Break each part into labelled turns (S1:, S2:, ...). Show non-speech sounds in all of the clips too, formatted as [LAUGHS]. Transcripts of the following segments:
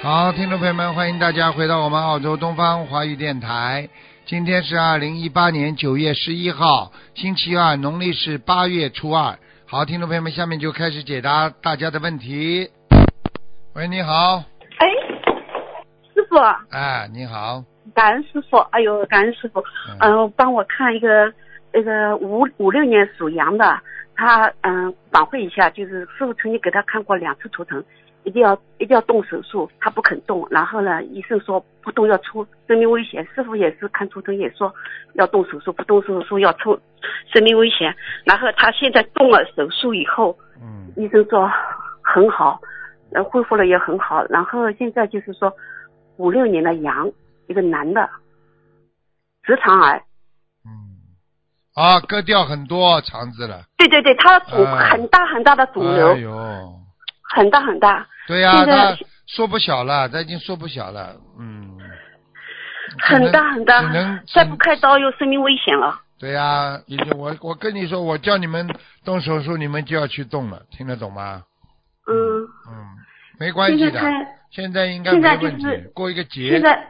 S1: 好，听众朋友们，欢迎大家回到我们澳洲东方华语电台。今天是二零一八年九月十一号，星期二，农历是八月初二。好，听众朋友们，下面就开始解答大家的问题。喂，你好，
S2: 哎，师傅，
S1: 哎，你好，
S2: 感恩师傅，哎呦，感恩师傅，
S1: 嗯
S2: 嗯、帮我看一个那个五五六年属羊的，他嗯反馈一下，就是师傅曾经给他看过两次图腾，一定要一定要动手术，他不肯动，然后呢，医生说不动要出生命危险，师傅也是看图腾也说要动手术，不动手术要出生命危险，然后他现在动了手术以后，
S1: 嗯
S2: 医生说很好，呃，恢复了也很好。然后现在就是说，五六年的羊，一个男的，直肠癌。
S1: 嗯，啊，割掉很多肠子了，
S2: 对对对，他肿
S1: 啊
S2: 很大很大的肿瘤，
S1: 哎呦，
S2: 很大很大，
S1: 对呀、
S2: 现在
S1: 他缩不小了，他已经缩不小了，嗯，只能
S2: 很大很大
S1: 只能，
S2: 再不开刀有生命危险了。
S1: 对呀、已经我我跟你说，我叫你们动手术，你们就要去动了，听得懂吗？
S2: 嗯，
S1: 嗯，没关系
S2: 现
S1: 的，
S2: 在他
S1: 现在应该
S2: 现
S1: 没
S2: 在
S1: 问题，
S2: 就是
S1: 过一个节。
S2: 现在。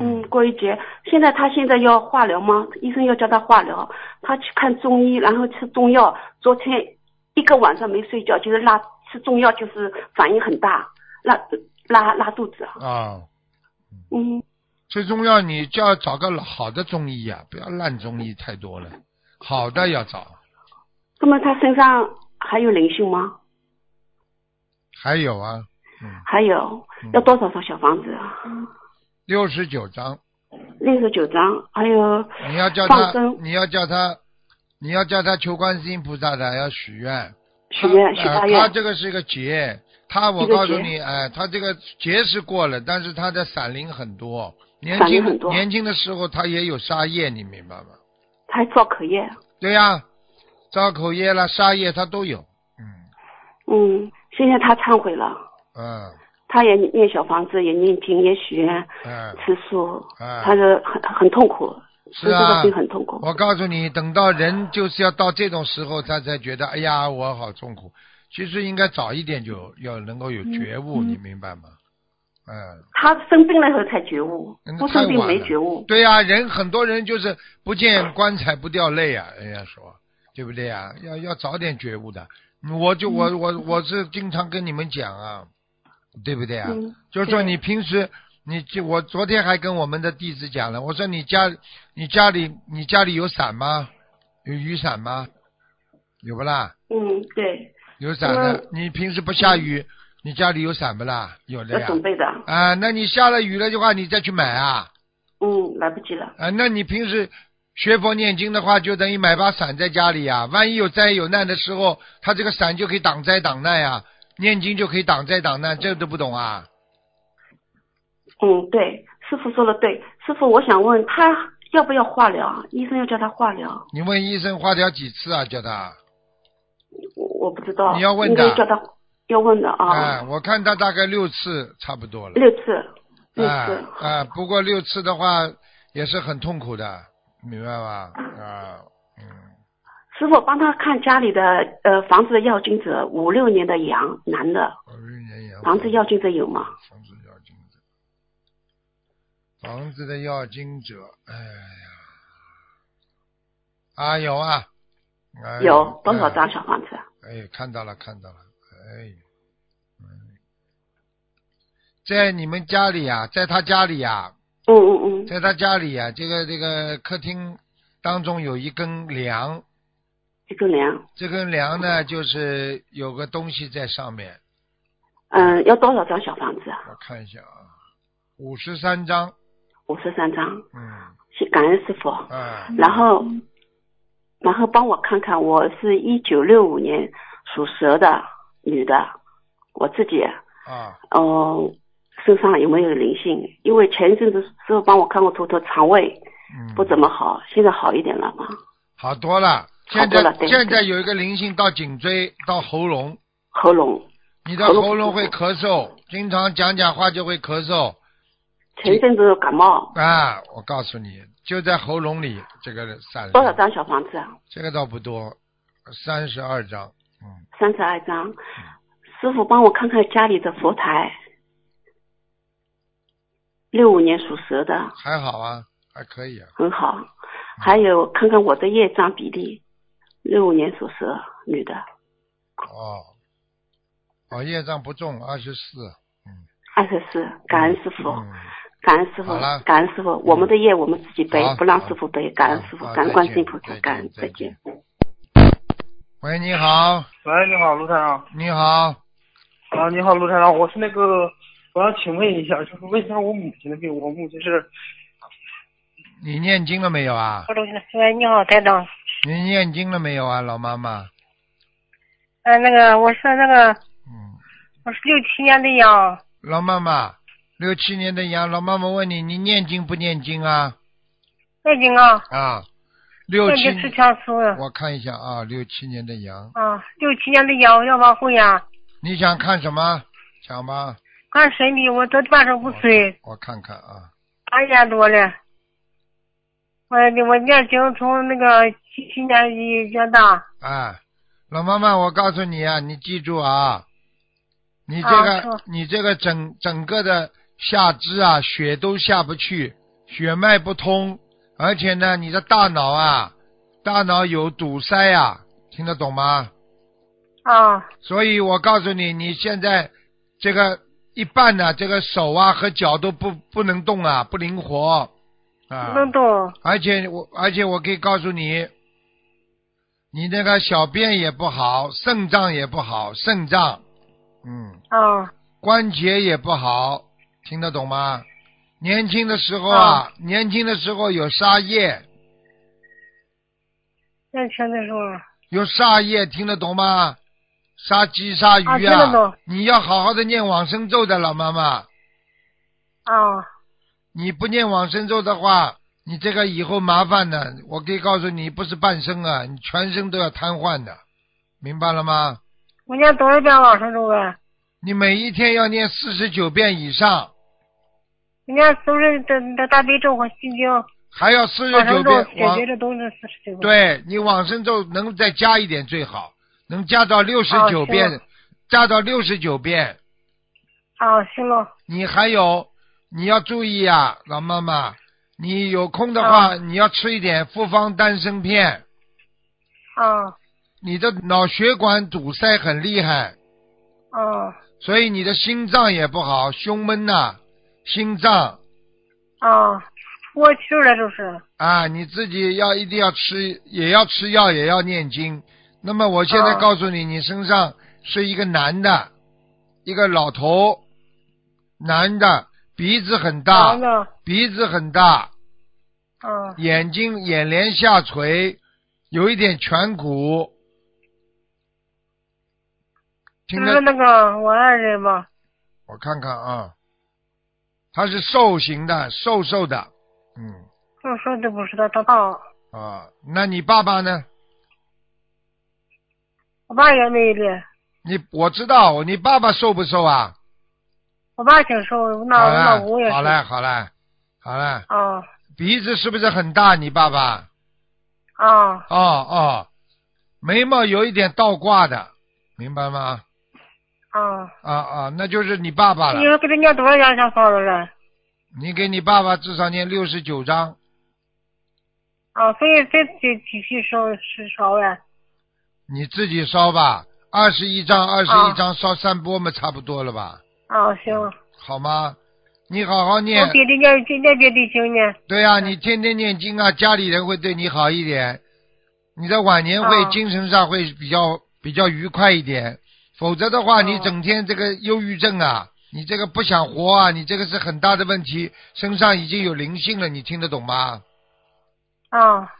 S2: 嗯，郭一杰，现在他现在要化疗吗？医生要叫他化疗，他去看中医，然后吃中药。昨天一个晚上没睡觉，就是拉吃中药，就是反应很大，拉拉拉肚子。
S1: 啊，
S2: 嗯，
S1: 最重要你就要找个好的中医啊，不要烂中医太多了，好的要找。
S2: 那么他身上还有灵性吗？
S1: 还有啊，嗯，
S2: 还有
S1: 嗯
S2: 要多少套小房子啊？
S1: 六十九章，
S2: 六十九张，还有
S1: 你要叫
S2: 放
S1: 他
S2: 生，
S1: 你要叫他，你要叫他求观世音菩萨的，要许愿。
S2: 许愿、许
S1: 他呃
S2: 大
S1: 他
S2: 愿。
S1: 这个是一个劫，他我
S2: 一个
S1: 告诉
S2: 劫
S1: 你，哎、他这个劫是过了，但是他的闪灵很多，年
S2: 闪灵
S1: 轻
S2: 很多
S1: 年轻的时候他也有杀业，你明白吗？
S2: 他还造口业。
S1: 对呀、造口业啦、杀业他都有，嗯
S2: 嗯，现在他忏悔了，
S1: 嗯
S2: 他也念小房子，也念经，也许愿，
S1: 嗯
S2: 吃素。
S1: 嗯，
S2: 他是很很痛苦，
S1: 是
S2: 这个
S1: 啊
S2: 病，很痛苦。
S1: 我告诉你，等到人就是要到这种时候，他才觉得哎呀，我好痛苦。其实应该早一点就要能够有觉悟，
S2: 嗯
S1: 你明白吗？嗯，
S2: 他生病了以后才觉悟
S1: 嗯，
S2: 不
S1: 太
S2: 生病
S1: 晚
S2: 没
S1: 了
S2: 觉悟。
S1: 对呀、人很多人就是不见棺材不掉泪啊，人家说，对不对呀、要要早点觉悟的。嗯我就我
S2: 嗯
S1: 我我是经常跟你们讲啊，对不对啊？
S2: 嗯
S1: 就是说
S2: 对
S1: 你平时你就我昨天还跟我们的弟子讲了，我说你家你家里你家里有伞吗？有雨伞吗？有不啦？
S2: 嗯，对，
S1: 有伞的。
S2: 嗯
S1: 你平时不下雨，你家里有伞不啦？有的
S2: 要
S1: 呀。
S2: 准备的。
S1: 啊，那你下了雨了的话，你再去买啊。
S2: 嗯，来不及了。
S1: 啊，那你平时学佛念经的话，就等于买把伞在家里呀、万一有灾有难的时候，他这个伞就可以挡灾挡难呀、念经就可以挡灾挡难，这都不懂啊？
S2: 嗯，对，师傅说的对。师傅，我想问他要不要化疗啊？医生要叫他化疗，
S1: 你问医生化疗几次啊？叫他
S2: 我我不知道。
S1: 你要问
S2: 应
S1: 的
S2: 该叫他要问的
S1: 啊、
S2: 啊，
S1: 我看他大概六次差不多了。
S2: 六次，六
S1: 啊
S2: 次。
S1: 啊，不过六次的话也是很痛苦的，明白吧？啊，嗯，
S2: 师傅帮他看家里的呃房子的要经者，五六年的羊男的
S1: 我一年也
S2: 房子要经者有吗？
S1: 房子要经者，房子的要经者，哎呀，啊有啊，哎、
S2: 有多少张
S1: 哎？
S2: 小房子？
S1: 哎，看到了，看到了，哎，哎在你们家里啊，在他家里啊，
S2: 嗯嗯嗯
S1: 在他家里啊，这个这个客厅当中有一根梁，
S2: 一根梁。
S1: 这根梁呢就是有个东西在上面，
S2: 嗯，要多少张小房子啊？
S1: 我看一下啊，五十三张，
S2: 五十三张，
S1: 嗯，
S2: 谢感恩师傅。
S1: 啊，
S2: 然后，然后帮我看看，我是一九六五年属蛇的女的，我自己，
S1: 啊。
S2: 哦，身上有没有灵性？因为前一阵子师傅帮我看过图头，肠胃
S1: 嗯
S2: 不怎么好，现在好一点了吗？
S1: 好多了。
S2: 好
S1: 现
S2: 多了
S1: 在
S2: 对
S1: 现在
S2: 对
S1: 有一个灵性到颈椎到喉咙，
S2: 喉咙，
S1: 你的
S2: 喉咙不
S1: 喉咙
S2: 舒
S1: 会
S2: 服
S1: 咳嗽，经常讲讲话就会咳嗽
S2: 前一阵子感冒，
S1: 啊！我告诉你，就在喉咙里这个散
S2: 多少张小房子？啊？
S1: 这个倒不多，三十二张。嗯，
S2: 三十二张。师傅帮我看看家里的佛台，六五年属蛇的，
S1: 还好啊，还可以啊。
S2: 很好。还有看看我的业障比例，六五年属蛇女的，
S1: 哦，哦，业障不重，二十四。
S2: 二十四，感恩师傅，
S1: 嗯，
S2: 感恩师傅
S1: 好了，
S2: 感恩师傅，我们的业我们自己背
S1: 好，
S2: 不让
S1: 好
S2: 师傅背，感恩
S1: 好
S2: 师傅
S1: 好，再
S2: 感恩观
S1: 见
S2: 世音菩萨
S1: 再，见
S2: 感恩，
S1: 再
S2: 再
S1: 见
S2: 见。
S1: 喂，你好，
S3: 喂，你好，卢台长。
S1: 你好，
S3: 啊，你好，卢台长，我是那个，我要请问一下，就是问一下我母亲的病。我母亲是，
S1: 你念经了没有啊？
S4: 喂，你好，台长。
S1: 你念经了没有啊，老妈妈？
S4: 嗯、那个我是那个
S1: 嗯，
S4: 我是六七年的羊，
S1: 老妈妈，六七年的羊，老妈妈问你，你念经不念经啊？
S4: 念经啊，
S1: 啊，六
S4: 念
S1: 七，
S4: 经吃强素的
S1: 我看一下啊，六七年的羊，
S4: 啊，六七年的羊要往后呀。
S1: 你想看什么？讲吧，
S4: 看身体，我都八十五岁，
S1: 我看看啊，
S4: 八年多了。我我念经从那个七七年一讲大，
S1: 哎，老妈妈，我告诉你啊，你记住啊，你这
S4: 啊
S1: 个、
S4: 是
S1: 你这个整整个的下肢啊，血都下不去，血脉不通，而且呢，你的大脑啊，大脑有堵塞啊，听得懂吗？
S4: 啊
S1: 所以我告诉你，你现在这个一半呢、这个手啊和脚都不不能动啊，不灵活啊
S4: 不。能动
S1: 而且我而且我可以告诉你，你那个小便也不好，肾脏也不好，肾脏，嗯，
S4: 啊
S1: 关节也不好，听得懂吗？年轻的时候啊，年轻的时候有沙叶，
S4: 年轻的时候
S1: 有沙叶，听得懂吗？杀鸡杀
S4: 啊
S1: 鱼
S4: 听得懂
S1: 你要好好的念往生咒的老妈妈。
S4: 啊
S1: 你不念往生咒的话，你这个以后麻烦的。我可以告诉你，不是半生啊，你全身都要瘫痪的，明白了吗？
S4: 我念多少遍往生咒啊？
S1: 你每一天要念四十九遍以上，
S4: 人家都是的的大悲咒和心经，
S1: 还要四十
S4: 往
S1: 九
S4: 生咒
S1: 遍
S4: 解
S1: 往
S4: 决的都是四十九个。
S1: 对你往生咒能再加一点最好，能加到六十
S4: 哦
S1: 九
S4: 行
S1: 遍，加到六十九遍。
S4: 啊，行了。
S1: 你还有，你要注意啊，老妈妈，你有空的话，
S4: 哦
S1: 你要吃一点复方丹参片。
S4: 啊
S1: 你的脑血管堵塞很厉害，
S4: 啊
S1: 所以你的心脏也不好，胸闷呐、心脏
S4: 啊！过去了就是
S1: 啊，你自己要一定要吃，也要吃药，也要念经。那么我现在
S4: 啊
S1: 告诉你，你身上是一个男的，一个老头，男的，鼻子很大
S4: 忙，的，
S1: 鼻子很大，
S4: 啊
S1: 眼睛眼帘下垂，有一点颧骨，
S4: 就
S1: 听
S4: 是
S1: 得
S4: 那个我爱人吧，
S1: 我看看啊，他是瘦型的，瘦瘦的，嗯
S4: 就说都不知道他爸，
S1: 啊，那你爸爸呢？
S4: 我爸也没的，
S1: 你我知道，你爸爸瘦不瘦啊？
S4: 我爸挺瘦，那
S1: 好
S4: 我老
S1: 了
S4: 姑也，是
S1: 好了，好了，好了，
S4: 啊
S1: 鼻子是不是很大？你爸爸？
S4: 啊
S1: 哦哦，眉毛有一点倒挂的，明白吗？
S4: 啊！
S1: 啊啊，那就是你爸爸
S4: 你
S1: 了。
S4: 说给他念多少张小房子了？
S1: 你给你爸爸至少念六十九章，
S4: 啊，所以这这几批烧是烧呀，
S1: 你自己烧吧，二十一章，二十一
S4: 啊
S1: 章烧三波嘛，差不多了吧？
S4: 啊行，我
S1: 好吗？你好好嗯念，
S4: 别的念念别的经呢，
S1: 对啊，你天天念经啊，家里人会对你好一点，你的晚年会
S4: 哦
S1: 精神上会比较比较愉快一点，否则的话，
S4: 哦
S1: 你整天这个忧郁症啊，你这个不想活啊，你这个是很大的问题，身上已经有灵性了，你听得懂吗？
S4: 啊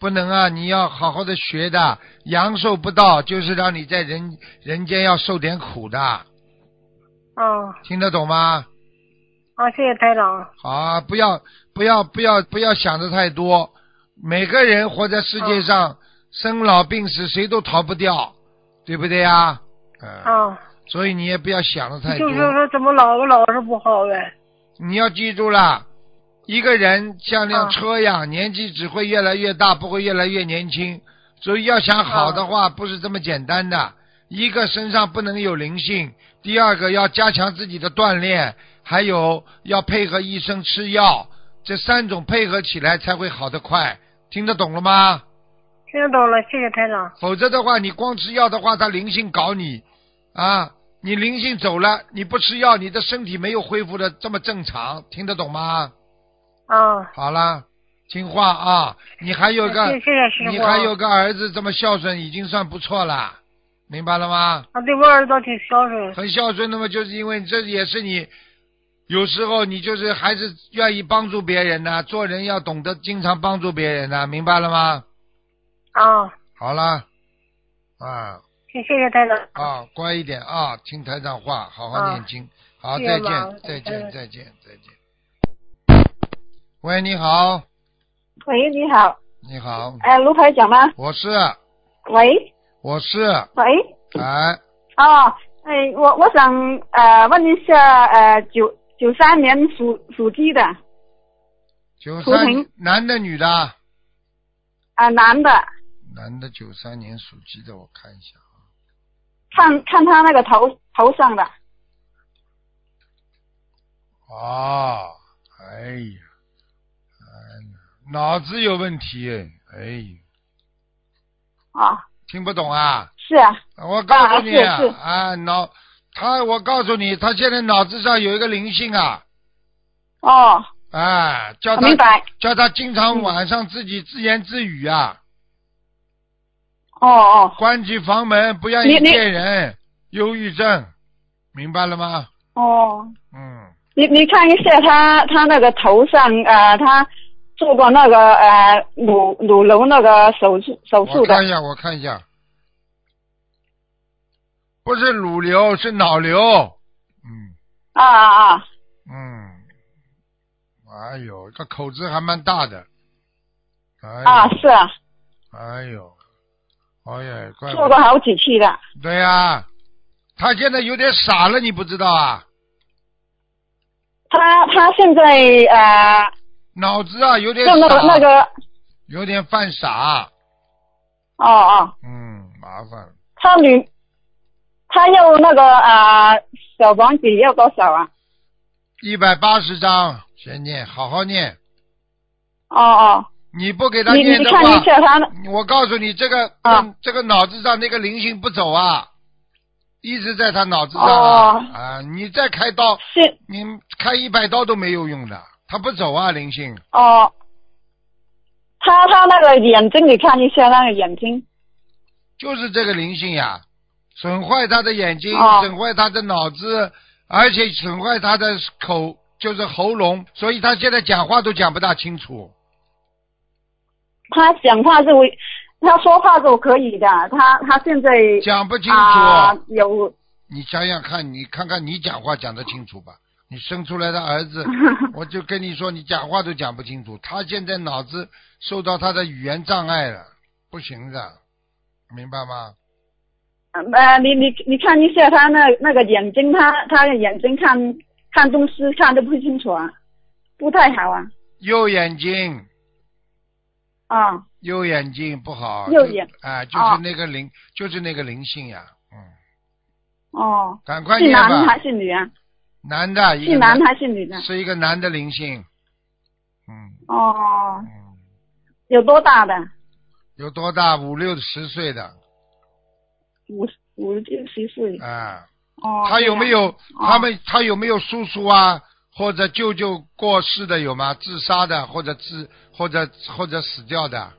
S1: 不能啊，你要好好的学的，阳寿不到，就是让你在人人间要受点苦的，
S4: 啊
S1: 听得懂吗？
S4: 啊！谢谢台长，
S1: 好啊，不要不要不要不要想的太多。每个人活在世界
S4: 嗯
S1: 上，生老病死谁都逃不掉，对不对啊？嗯、
S4: 啊。
S1: 所以你也不要想的太多
S4: 就。是说怎么老老是不好呗？
S1: 你要记住了，一个人像辆
S4: 啊
S1: 车呀，年纪只会越来越大，不会越来越年轻。所以要想好的话，不是这么简单的。一个身上不能有灵性，第二个要加强自己的锻炼，还有要配合医生吃药，这三种配合起来才会好得快。听得懂了吗？
S4: 听得懂了，谢谢台长。
S1: 否则的话，你光吃药的话，它灵性搞你啊！你灵性走了，你不吃药，你的身体没有恢复的这么正常，听得懂吗？
S4: 啊，
S1: 好啦，听话啊！你还有个
S4: 谢谢谢师傅。啊
S1: 你还有个儿子这么孝顺，已经算不错了，明白了吗？
S4: 啊，对我儿子倒挺孝顺。
S1: 很孝顺，那么就是因为这也是你，有时候你就是还是愿意帮助别人呐、做人要懂得经常帮助别人呐、明白了吗？
S4: 啊，
S1: 好啦，啊
S4: 谢谢谢台长。
S1: 啊，乖一点啊，听台长话，好好
S4: 啊
S1: 念经。好，
S4: 谢
S1: 再
S4: 谢
S1: 见
S4: 妈，
S1: 再
S4: 嗯
S1: 见，再见，再见。喂，你好，
S5: 喂，你好，
S1: 你好，
S5: 哎，卢台长吗？
S1: 我是
S5: 喂，
S1: 我是，
S5: 喂，
S1: 哎，
S5: 哦，哎，我我想呃问一下呃九九三年属属鸡的啊、
S1: 九
S5: 图
S1: 三
S5: 腾
S1: 男的女的啊？
S5: 呃男的，
S1: 男的九三年属鸡的，我看一下啊，
S5: 看看他那个头头上的，
S1: 哦，哎呀，哎呀，脑子有问题哎，哎呀，
S5: 哦，
S1: 听不懂啊？
S5: 是啊，
S1: 我告诉你
S5: 啊是是
S1: 啊，脑他，我告诉你，他现在脑子上有一个灵性啊，
S5: 哦，
S1: 啊，叫
S5: 我明
S1: 他
S5: 白，
S1: 叫他经常晚上自己自言自语啊，
S5: 哦哦
S1: 关起房门，不愿意
S5: 你你
S1: 见人，忧郁症，明白了吗？
S5: 哦，
S1: 嗯，
S5: 你你看一下他他那个头上呃他做过那个呃乳乳楼那个手术手术
S1: 我
S5: 的
S1: 看一下，我看一下，不是乳瘤，是脑瘤，嗯
S5: 啊啊啊，
S1: 嗯，哎呦，这口子还蛮大的，哎呦
S5: 啊是啊，
S1: 哎呦，哎呀，怪不
S5: 做过
S1: 得。
S5: 好几次的，
S1: 对呀、他现在有点傻了，你不知道啊？
S5: 他他现在呃。
S1: 脑子啊有点
S5: 就
S1: 傻，
S5: 那个那个，
S1: 有点犯傻，
S5: 哦哦，
S1: 嗯，麻烦了。
S5: 他女，他要那个啊、呃小房子要多少啊？
S1: 一百八十张，先念，好好念。
S5: 哦哦，
S1: 你不给他
S5: 你
S1: 念
S5: 你
S1: 的
S5: 看一
S1: 话，
S5: 下他
S1: [LAUGHS]
S5: 那，
S1: 我告诉你，这个、
S5: 啊
S1: 这个脑子上那个灵性不走啊，一直在他脑子上
S5: 哦
S1: 啊。啊你再开刀，
S5: 是
S1: 你开一百刀都没有用的，他不走啊，灵性。
S5: 哦，他他那个眼睛，你看一下那个眼睛，
S1: 就是这个灵性呀，损坏他的眼睛，
S5: 哦
S1: 损坏他的脑子，而且损坏他的口，就是喉咙，所以他现在讲话都讲不大清楚。
S5: 他讲话是为，他说话是可以的，他他现在
S1: 讲不清楚哦
S5: 啊、有 [LAUGHS]
S1: 你想想看，你看看你讲话讲得清楚吧？你生出来的儿子，我就跟你说，你讲话都讲不清楚。他现在脑子受到他的语言障碍了，不行的，明白吗？
S5: 呃你你你看一下他那那个眼睛，他他的眼睛看看东西看得不清楚啊，不太好啊，
S1: 右眼睛，
S5: 啊、
S1: 右眼睛不好。
S5: 右眼
S1: 就啊，就是
S5: 哦
S1: 那个灵，就是那个灵性呀，嗯。
S5: 哦，
S1: 赶快
S5: 是
S1: 念
S5: 男
S1: 吧
S5: 还，是女啊？
S1: 男的，一
S5: 是
S1: 个
S5: 男还是女的？
S1: 是一个男的灵性，嗯
S5: 哦，
S1: 嗯，
S5: 有多大的？
S1: 有多大？五六十岁的
S5: 五十五六十岁。
S1: 啊，
S5: 哦，
S1: 他有没
S5: 这样？
S1: 有他们他有没有叔叔啊或者舅舅过世的有吗？自杀的或者自或者或者死掉的？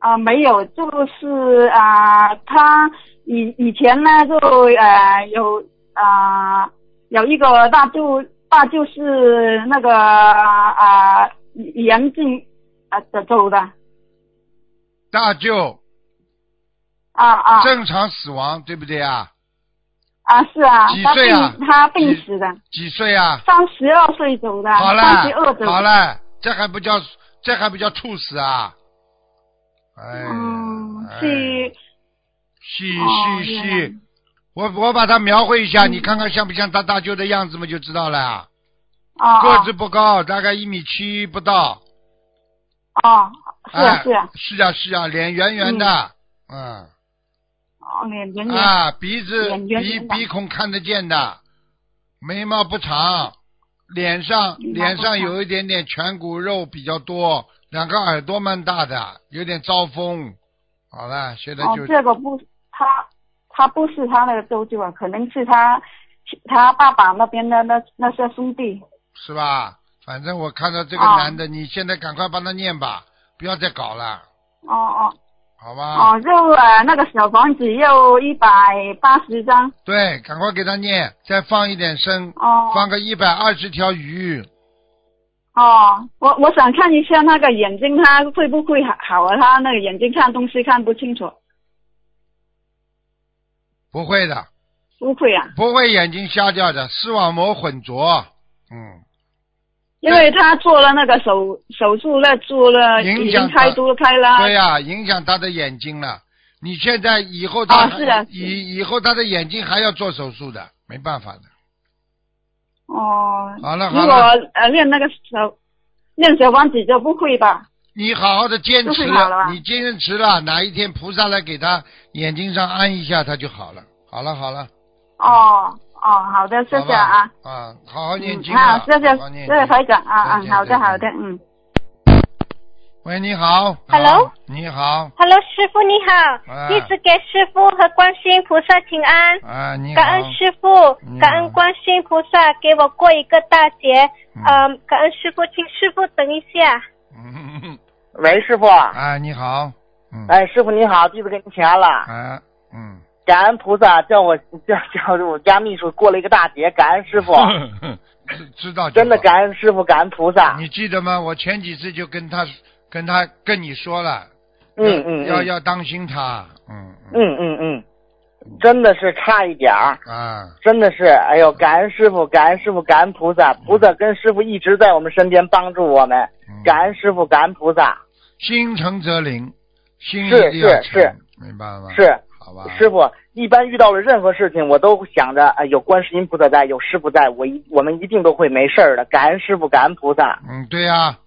S5: 啊、没有，就是啊、他以以前呢，就呃有啊、有一个大舅，大舅是那个啊、严静啊的走的
S1: 大舅
S5: 啊啊
S1: 正常死亡对不对啊？
S5: 啊是啊，
S1: 几
S5: 他
S1: 岁
S5: 病
S1: 啊
S5: 他病
S1: 几
S5: 死的，
S1: 几岁啊？
S5: 三十二岁走的，
S1: 好了
S5: 啊三十二走的。
S1: 好了，这还不叫这还不叫猝死啊？哎呀，
S5: 嗯，
S1: 哎
S5: 是
S1: 是
S5: 哦
S1: 是
S5: 原来嗯
S1: 是，我我把它描绘一下，你看看像不像他大舅的样子嘛，就知道了啊。
S5: 哦
S1: 个子不高，大概一米七不到。
S5: 哦，是啊
S1: 哎
S5: 是啊，
S1: 是啊是啊，脸圆圆的，嗯
S5: 哦，脸圆圆，
S1: 啊，鼻子
S5: 脸圆
S1: 鼻
S5: 圆的
S1: 鼻孔看得见的，眉毛不长，脸上
S5: 嗯眉毛不
S1: 脸上
S5: 长
S1: 有一点点颧骨肉比较多，两个耳朵蛮大的，有点招风。好了，现在
S5: 哦
S1: 就、，
S5: 这个不，他他不是他的周舅啊，可能是他他爸爸那边的那那些兄弟。
S1: 是吧？反正我看到这个
S5: 哦
S1: 男的，你现在赶快帮他念吧，不要再搞了，
S5: 哦哦
S1: 好吧？
S5: 哦，就呃那个小房子要一百八十张。
S1: 对，赶快给他念，再放一点声，
S5: 哦
S1: 放个一百二十条鱼。
S5: 哦，我我想看一下那个眼睛，他会不会好好啊？他那个眼睛看东西看不清楚，
S1: 不会的，
S5: 不会啊，
S1: 不会眼睛瞎掉的，视网膜混浊。嗯，
S5: 因为他做了那个手手术，那做了
S1: 影
S5: 已
S1: 响
S5: 经开
S1: 他
S5: 都开了。
S1: 对呀、影响他的眼睛了。你现在以后他、
S5: 哦是的是
S1: 以以后他的眼睛还要做手术的，没办法的。
S5: 哦，
S1: 好了
S5: 如
S1: 好
S5: 果
S1: 了，
S5: 呃练那个小练小王子就不会吧？
S1: 你好好的坚持
S5: 都会好了吧，
S1: 你坚持了，哪一天菩萨来给他眼睛上安一下，他就好了。好了好了，
S5: 哦哦，好的，谢
S1: 好
S5: 谢
S1: 吧
S5: 啊。
S1: 啊，好好念
S5: 嗯，
S1: 经
S5: 好
S1: 啊，，
S5: 谢谢
S1: 好好念
S5: 谢谢
S1: 经
S5: 台长啊
S1: 再
S5: 嗯，
S1: 见
S5: 好
S1: 再
S5: 的
S1: 见
S5: 好的嗯。
S1: 喂，你好
S6: Hello
S1: 啊你好，
S6: Hello，师傅你好，
S1: 啊
S6: 弟子给师傅和观世音菩萨请安，
S1: 啊，你好嗯
S6: 感，恩师傅
S1: 你好，
S6: 感恩观世音菩萨给我过一个大劫，
S1: 嗯
S6: 嗯、感恩师傅，请师傅等一下。
S1: 嗯
S7: 喂，师傅。
S1: 啊，你好，嗯，
S7: 哎，师傅你好，弟子给你请安了。
S1: 啊，嗯，
S7: 感恩菩萨叫我叫叫我家秘书过了一个大劫，感恩师傅，
S1: 哎知 [LAUGHS] 知道就
S7: [LAUGHS] 真的
S1: 好
S7: 感恩师傅，感恩菩萨。
S1: 你记得吗？我前几次就跟他跟他跟你说了，
S7: 嗯嗯
S1: 要
S7: 嗯
S1: 要当心他，嗯
S7: 嗯嗯嗯，真的是差一点儿，
S1: 啊，
S7: 真的是，哎呦，感恩师傅，感恩师傅，感恩菩萨，菩萨跟师傅一直在我们身边帮助我们，
S1: 嗯
S7: 感恩师傅，感恩菩萨。
S1: 心诚则灵，心一
S7: 是
S1: 定要
S7: 是
S1: 诚
S7: 是，
S1: 明白吗？
S7: 是，
S1: 好吧，
S7: 师傅，一般遇到了任何事情，我都想着，哎，有观世音菩萨在，有师傅在，我一我们一定都会没事儿的。感恩师傅，感恩菩萨，
S1: 嗯，对呀、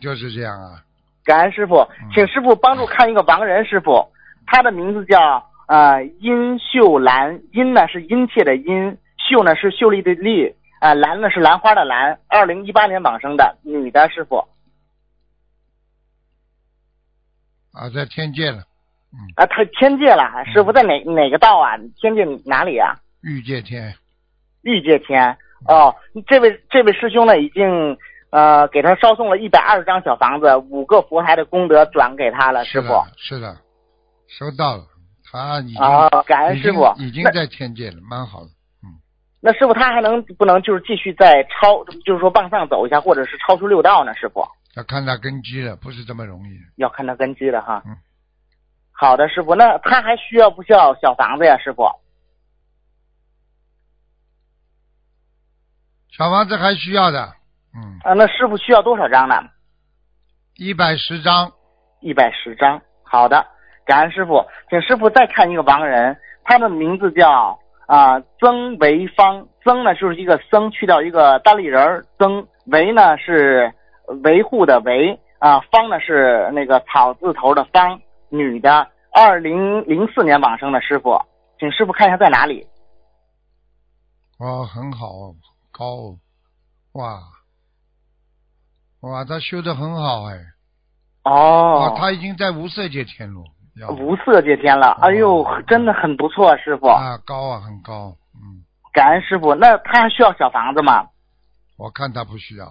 S1: 就是这样啊，
S7: 感恩师傅，
S1: 嗯
S7: 请师傅帮助看一个亡人师傅，他的名字叫呃殷秀兰，殷呢是殷切的殷，秀呢是秀丽的丽，啊、兰呢是兰花的兰，二零一八年往生的女的师傅，啊、
S1: 啊，在天界了，
S7: 她呃天界
S1: 嗯
S7: 了，师傅在哪哪个道啊？天界哪里啊？
S1: 欲界天，
S7: 玉界天哦，这位这位师兄呢，已经呃给他烧送了一百二十张小房子，五个佛台的功德转给他啊了，师
S1: 是
S7: 傅。
S1: 的，是的，收到了，他已经、
S7: 啊，感恩
S1: 已
S7: 师
S1: 经
S7: 傅。
S1: 已经
S7: 那
S1: 在天界了，蛮好的，
S7: 那师傅他还能不能就是继续再超，就是说往上走一下，或者是超出六道呢？师傅
S1: 要看他根基了，不是这么容易。
S7: 要看他根基的哈。
S1: 嗯
S7: 好的，师傅，那他还需要不需要小房子呀，师傅？
S1: 小房子还需要的，嗯，
S7: 啊，那师傅需要多少张呢？
S1: 一百十张，
S7: 一百十张。好的，感恩师傅，请师傅再看一个亡人，他的名字叫啊、曾维芳，曾呢就是一个僧去掉一个单立人儿曾，维呢是维护的维啊、芳呢是那个草字头的芳，女的，二零零四年往生的师傅，请师傅看一下在哪里。
S1: 哦，很好哦，高哦，哇，哇，他修的很好哎，
S7: 哦，
S1: 他已经在无色界天了，要
S7: 无色界天了，哎呦，真的很不错，师傅，
S1: 哦啊，高啊，很高，嗯，
S7: 感恩师傅。那他还需要小房子吗？
S1: 我看他不需要，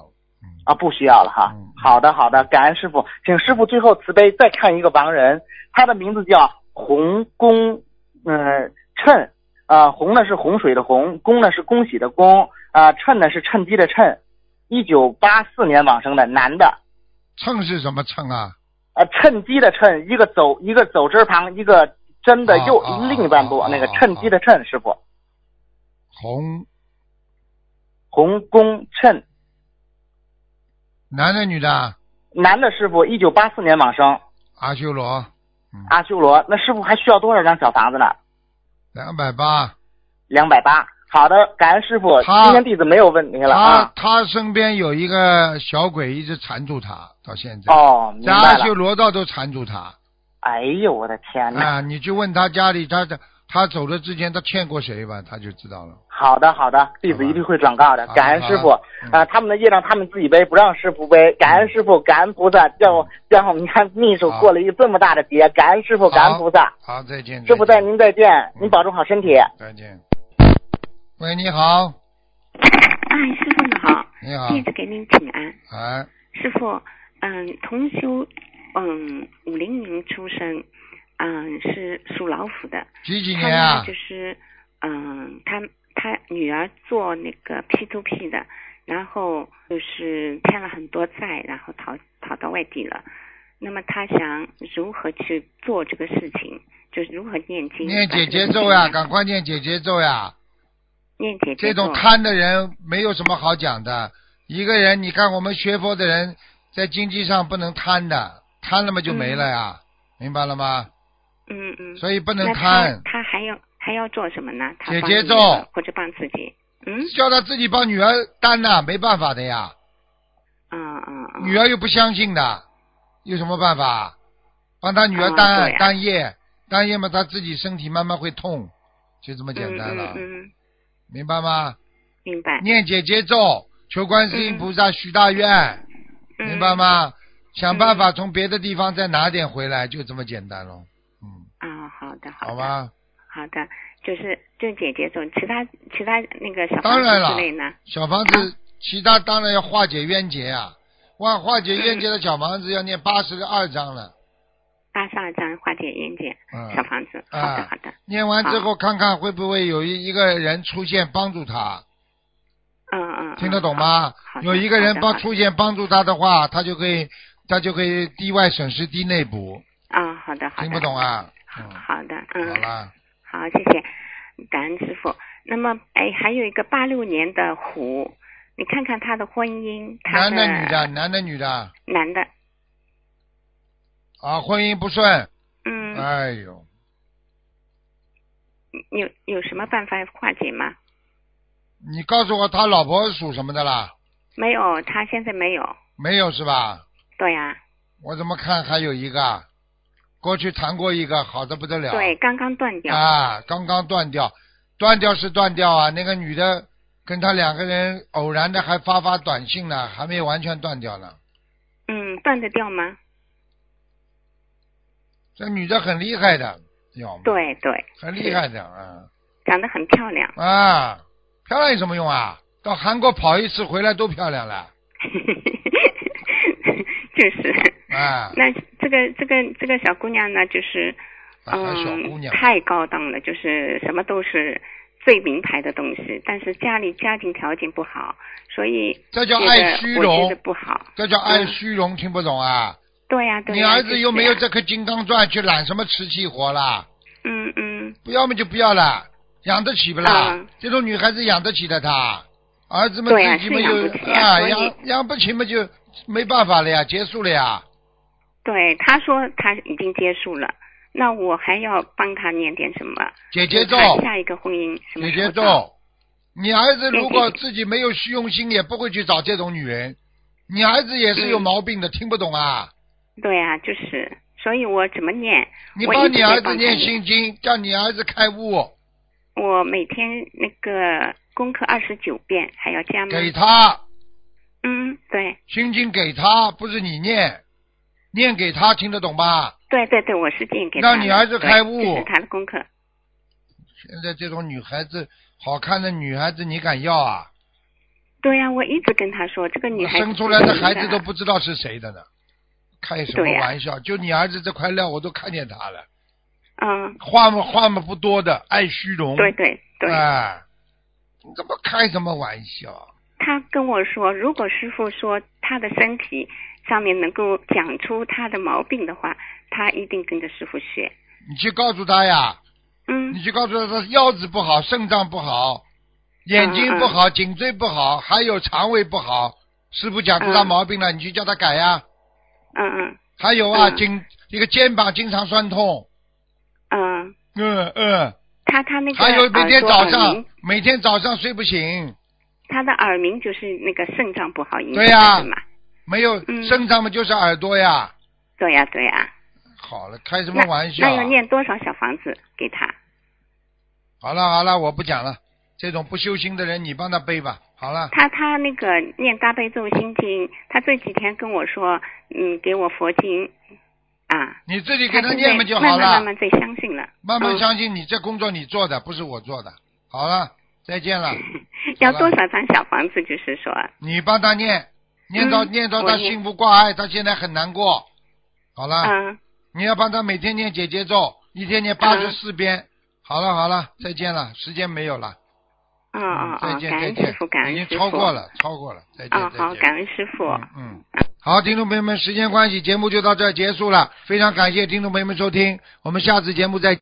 S7: 啊，不需要了哈
S1: 嗯。
S7: 好的，好的，感恩师傅，请师傅最后慈悲再看一个亡人，他的名字叫洪公，嗯、趁，啊、洪呢是洪水的洪，公呢是恭喜的恭，啊、趁呢是趁机的趁，一九八四年往生的男的，
S1: 秤是什么秤啊？
S7: 呃，趁机的趁，一个走一个走之旁，一个真的
S1: 哦
S7: 右、
S1: 哦
S7: 另一半部，
S1: 哦
S7: 那个
S1: 哦
S7: 趁机的趁，师傅，
S1: 红，
S7: 洪公趁，
S1: 男的女的啊？
S7: 男的师傅，一九八四年往生，
S1: 阿修罗，
S7: 阿修罗，那师傅还需要多少张小房子呢？
S1: 两百八，
S7: 两百八。好的，感恩师傅，
S1: 他
S7: 今天弟子没有问题了
S1: 他
S7: 啊。
S1: 他身边有一个小鬼一直缠住他，到现在，
S7: 哦，明
S1: 在
S7: 白
S1: 阿修
S7: 了。
S1: 罗道都缠住他。
S7: 哎呦，我的天哪！
S1: 嗯啊，你去问他家里，他的他走了之前他欠过谁吧，他就知道了。
S7: 好的，好的，弟子一定会转告的
S1: 好。吧
S7: 感恩师傅
S1: 好
S7: 啊、
S1: 嗯
S7: 他们的业障他们自己背，不让师傅背。感恩师傅，感恩菩萨，让我让我们看秘书
S1: 嗯好
S7: 过了一个这么大的劫。感恩师傅，感恩菩萨。
S1: 好，嗯再见。
S7: 师傅
S1: 再
S7: 在，
S1: 见
S7: 您再见，您保重好身体。
S1: 再见。喂，你好，
S8: 哎，师傅你好，
S1: 你好，
S8: 弟子给您请安。
S1: 哎，
S8: 师傅，嗯，同修，嗯，五零年出生，嗯，是属老虎的。
S1: 几几
S8: 他
S1: 年
S8: 呢
S1: 啊
S8: 就？是，嗯，他他女儿做那个 P to P 的，然后就是欠了很多债，然后逃逃到外地了。那么他想如何去做这个事情，就是如何念经？
S1: 念
S8: 把
S1: 姐
S8: 这个
S1: 姐
S8: 事情
S1: 咒呀，
S8: 呢
S1: 赶快念姐姐咒
S8: [LAUGHS]
S1: 呀！
S8: 念姐姐
S1: 这种
S8: 咒啊
S1: 贪的人没有什么好讲的。一个人，你看我们学佛的人，在经济上不能贪的，贪了嘛就没了呀，明白了吗？
S8: 嗯嗯。
S1: 所以不
S8: 那
S1: 能
S8: 他
S1: 贪，
S8: 他还要还要做什么呢？他
S1: 姐
S8: 帮
S1: 姐
S8: 你
S1: 咒
S8: 的或者帮自己。嗯
S1: 叫他自己帮女儿担呐、没办法的呀。
S8: 啊啊啊！
S1: 女儿又不相信的，有什么办法？帮他女儿担、
S8: 啊对呀
S1: 担业，担业嘛，他自己身体慢慢会痛，就这么简单了，
S8: 嗯嗯嗯，
S1: 明白吗？
S8: 明白。
S1: 念姐姐咒，求观世音菩萨许大愿，
S8: 嗯
S1: 明白？吗？想办法从别的地方再拿点回来，就这么简单咯。嗯，
S8: 啊，好的好的。
S1: 好吧，
S8: 好的，就是就姐姐咒，其他其他那个小
S1: 当
S8: 房
S1: 然
S8: 子
S1: 了
S8: 之类呢？
S1: 小房子，其他当然要化解冤结啊。化化解冤结的小房子要念八十二章了，
S8: 八十二张化解冤结，
S1: 嗯
S8: 小房子。好
S1: 啊
S8: 的好的，
S1: 念完之后看看会不会有一一个人出现帮助他。
S8: 嗯嗯。嗯
S1: 听得懂？吗
S8: 啊好？的
S1: 有一个人
S8: 好的
S1: 帮
S8: 好的
S1: 出现帮助他的话，他就可以，他就可以地外损失地内补，
S8: 啊，好的好的。
S1: 听不懂？啊？嗯，
S8: 好的，嗯
S1: 好，啦，
S8: 好，谢谢，感恩师傅。那么，哎，还有一个八六年的虎，你看看他的婚姻，他
S1: 男的女的，男的女的
S8: 男的，
S1: 啊，婚姻不顺，
S8: 嗯，
S1: 哎呦，
S8: 有有什么办法化解吗？
S1: 你告诉我他老婆属什么的啦？
S8: 没有，他现在没有。
S1: 没有是吧？
S8: 对呀、
S1: 我怎么看还有一个啊，过去谈过一个，好的不得了，
S8: 对，刚刚断掉。
S1: 啊，刚刚断掉，断掉是断掉啊，那个女的跟他两个人偶然的还发发短信呢，还没有完全断掉呢。
S8: 嗯，断得掉吗？
S1: 这女的很厉害的，要吗，
S8: 对对，
S1: 很厉害的啊
S8: 长得很漂亮。 [LAUGHS]
S1: 啊，漂亮有什么用啊？到韩国跑一次回来都漂亮了
S8: 就是，
S1: 啊，
S8: 那这个这个这个小姑娘呢，就是，
S1: 啊
S8: 嗯，
S1: 还小姑娘
S8: 太高档了，就是什么都是最名牌的东西，但是家里家庭条件不好，所以
S1: 这叫
S8: 觉得
S1: 爱虚
S8: 我
S1: 荣
S8: 觉得不好。
S1: 这叫爱虚荣，听不懂啊？
S8: 对呀、对
S1: 你
S8: 呀、
S1: 儿子又没有
S8: 就是
S1: 这颗金刚钻，去揽什么瓷器活啦？
S8: 呀嗯嗯
S1: 不要么就不要了，养得起不啦
S8: 嗯？
S1: 这种女孩子养得起的她，儿子们
S8: 对呀
S1: 自己们
S8: 是养
S1: 就
S8: 不起啊所以
S1: 养养不起嘛就没办法了呀，结束了呀。
S8: 对，他说他已经结束了，那我还要帮他念点什么？
S1: 姐姐咒，
S8: 看下一个婚姻什么
S1: 姐
S8: 时候啊
S1: 姐
S8: 到？
S1: 咒，你儿子如果
S8: 嗯
S1: 自己没有虚荣心，也不会去找这种女人。你儿子也是有
S8: 嗯
S1: 毛病的，听不懂啊！
S8: 对呀、就是，所以我怎么念？
S1: 你
S8: 我
S1: 帮
S8: 一直
S1: 你
S8: 在
S1: 儿子
S8: 帮他
S1: 念心经，叫你儿子开悟，
S8: 我每天那个功课二十九遍，还要加吗？
S1: 给他
S8: 嗯，对，
S1: 心经给他，不是你念，念给他听得懂吧？
S8: 对对对，我是建议给他的。
S1: 让你儿子开悟
S8: 对这是他的功课。
S1: 现在这种女孩子，好看的女孩子，你敢要啊？
S8: 对呀、我一直跟他说，这个嗯女孩子
S1: 生出来的孩子
S8: 不
S1: 都
S8: 行的
S1: 不知道是谁的呢，开什么
S8: 对呀
S1: 玩笑？就你儿子这块料，我都看见他了，
S8: 嗯，
S1: 话嘛话嘛不多的，爱虚荣。
S8: 对对对，
S1: 哎，你怎么开什么玩笑？
S8: 他跟我说，如果师傅说他的身体上面能够讲出他的毛病的话，他一定跟着师傅学。
S1: 你去告诉他呀，
S8: 嗯
S1: 你去告诉他，他腰子不好，肾脏不好，眼睛不
S8: 嗯
S1: 好，颈椎不好，还有肠胃不好。师傅讲出他
S8: 嗯
S1: 毛病了，你去叫他改呀。
S8: 嗯嗯
S1: 还有啊，
S8: 嗯
S1: 颈这个肩膀经常酸痛，
S8: 嗯，
S1: 嗯嗯，
S8: 他他那个
S1: 还有每天
S8: 耳朵
S1: 早
S8: 耳
S1: 上
S8: 鸣，
S1: 每天早上睡不醒，
S8: 他的耳鸣就是那个肾脏不好影响
S1: 对呀
S8: 的嘛。
S1: 没有
S8: 嗯
S1: 肾脏嘛就是耳朵呀。
S8: 对呀、对呀、
S1: 好了，开什
S8: 那
S1: 么玩笑
S8: 那
S1: 啊？
S8: 要念多少小房子给他？
S1: 好了好了，我不讲了。这种不修心的人，你帮他背吧。好了，
S8: 他他那个念大悲咒心经，他这几天跟我说，嗯，给我佛经啊，
S1: 你自己
S8: 他
S1: 给他
S8: 现
S1: 念
S8: 在
S1: 嘛就
S8: 慢
S1: 好
S8: 慢
S1: 了。
S8: 慢慢最相信了，
S1: 慢慢
S8: 嗯
S1: 相信你这工作你做的，不是我做的。好了，再见了。
S8: 嗯要
S1: 好了啊
S8: 多少张小房子？就是说，
S1: 你帮他念，念到、
S8: 嗯
S1: 念到
S8: 我
S1: 他
S8: 念
S1: 心不挂碍，他现在很难过。好了，
S8: 嗯，
S1: 你要帮他每天念姐姐咒，一天念八十四遍。好了好了，再见了，时间没有了。
S8: 哦
S1: 嗯
S8: 哦，
S1: 再
S8: 哦，
S1: 见
S8: 感
S1: 再
S8: 恩师
S1: 见
S8: 傅，感，
S1: 已
S8: 恩
S1: 经
S8: 师傅，
S1: 超过了，超过了，再见
S8: 哦
S1: 再，
S8: 好，
S1: 见。
S8: 感恩师傅，
S1: 嗯嗯，好，听众朋友们，时间关系，节目就到这儿结束了。非常感谢听众朋友们收听，我们下次节目再见。